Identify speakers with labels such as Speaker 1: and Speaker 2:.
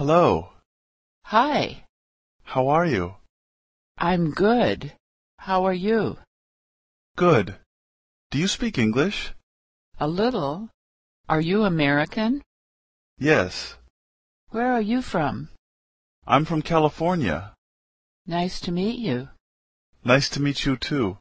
Speaker 1: Hello.
Speaker 2: Hi.
Speaker 1: How are you?
Speaker 2: I'm good. How are you?
Speaker 1: Good. Do you speak English?
Speaker 2: A little. Are you American?
Speaker 1: Yes.
Speaker 2: Where are you from?
Speaker 1: I'm from California.
Speaker 2: Nice to meet you.
Speaker 1: Nice to meet you too.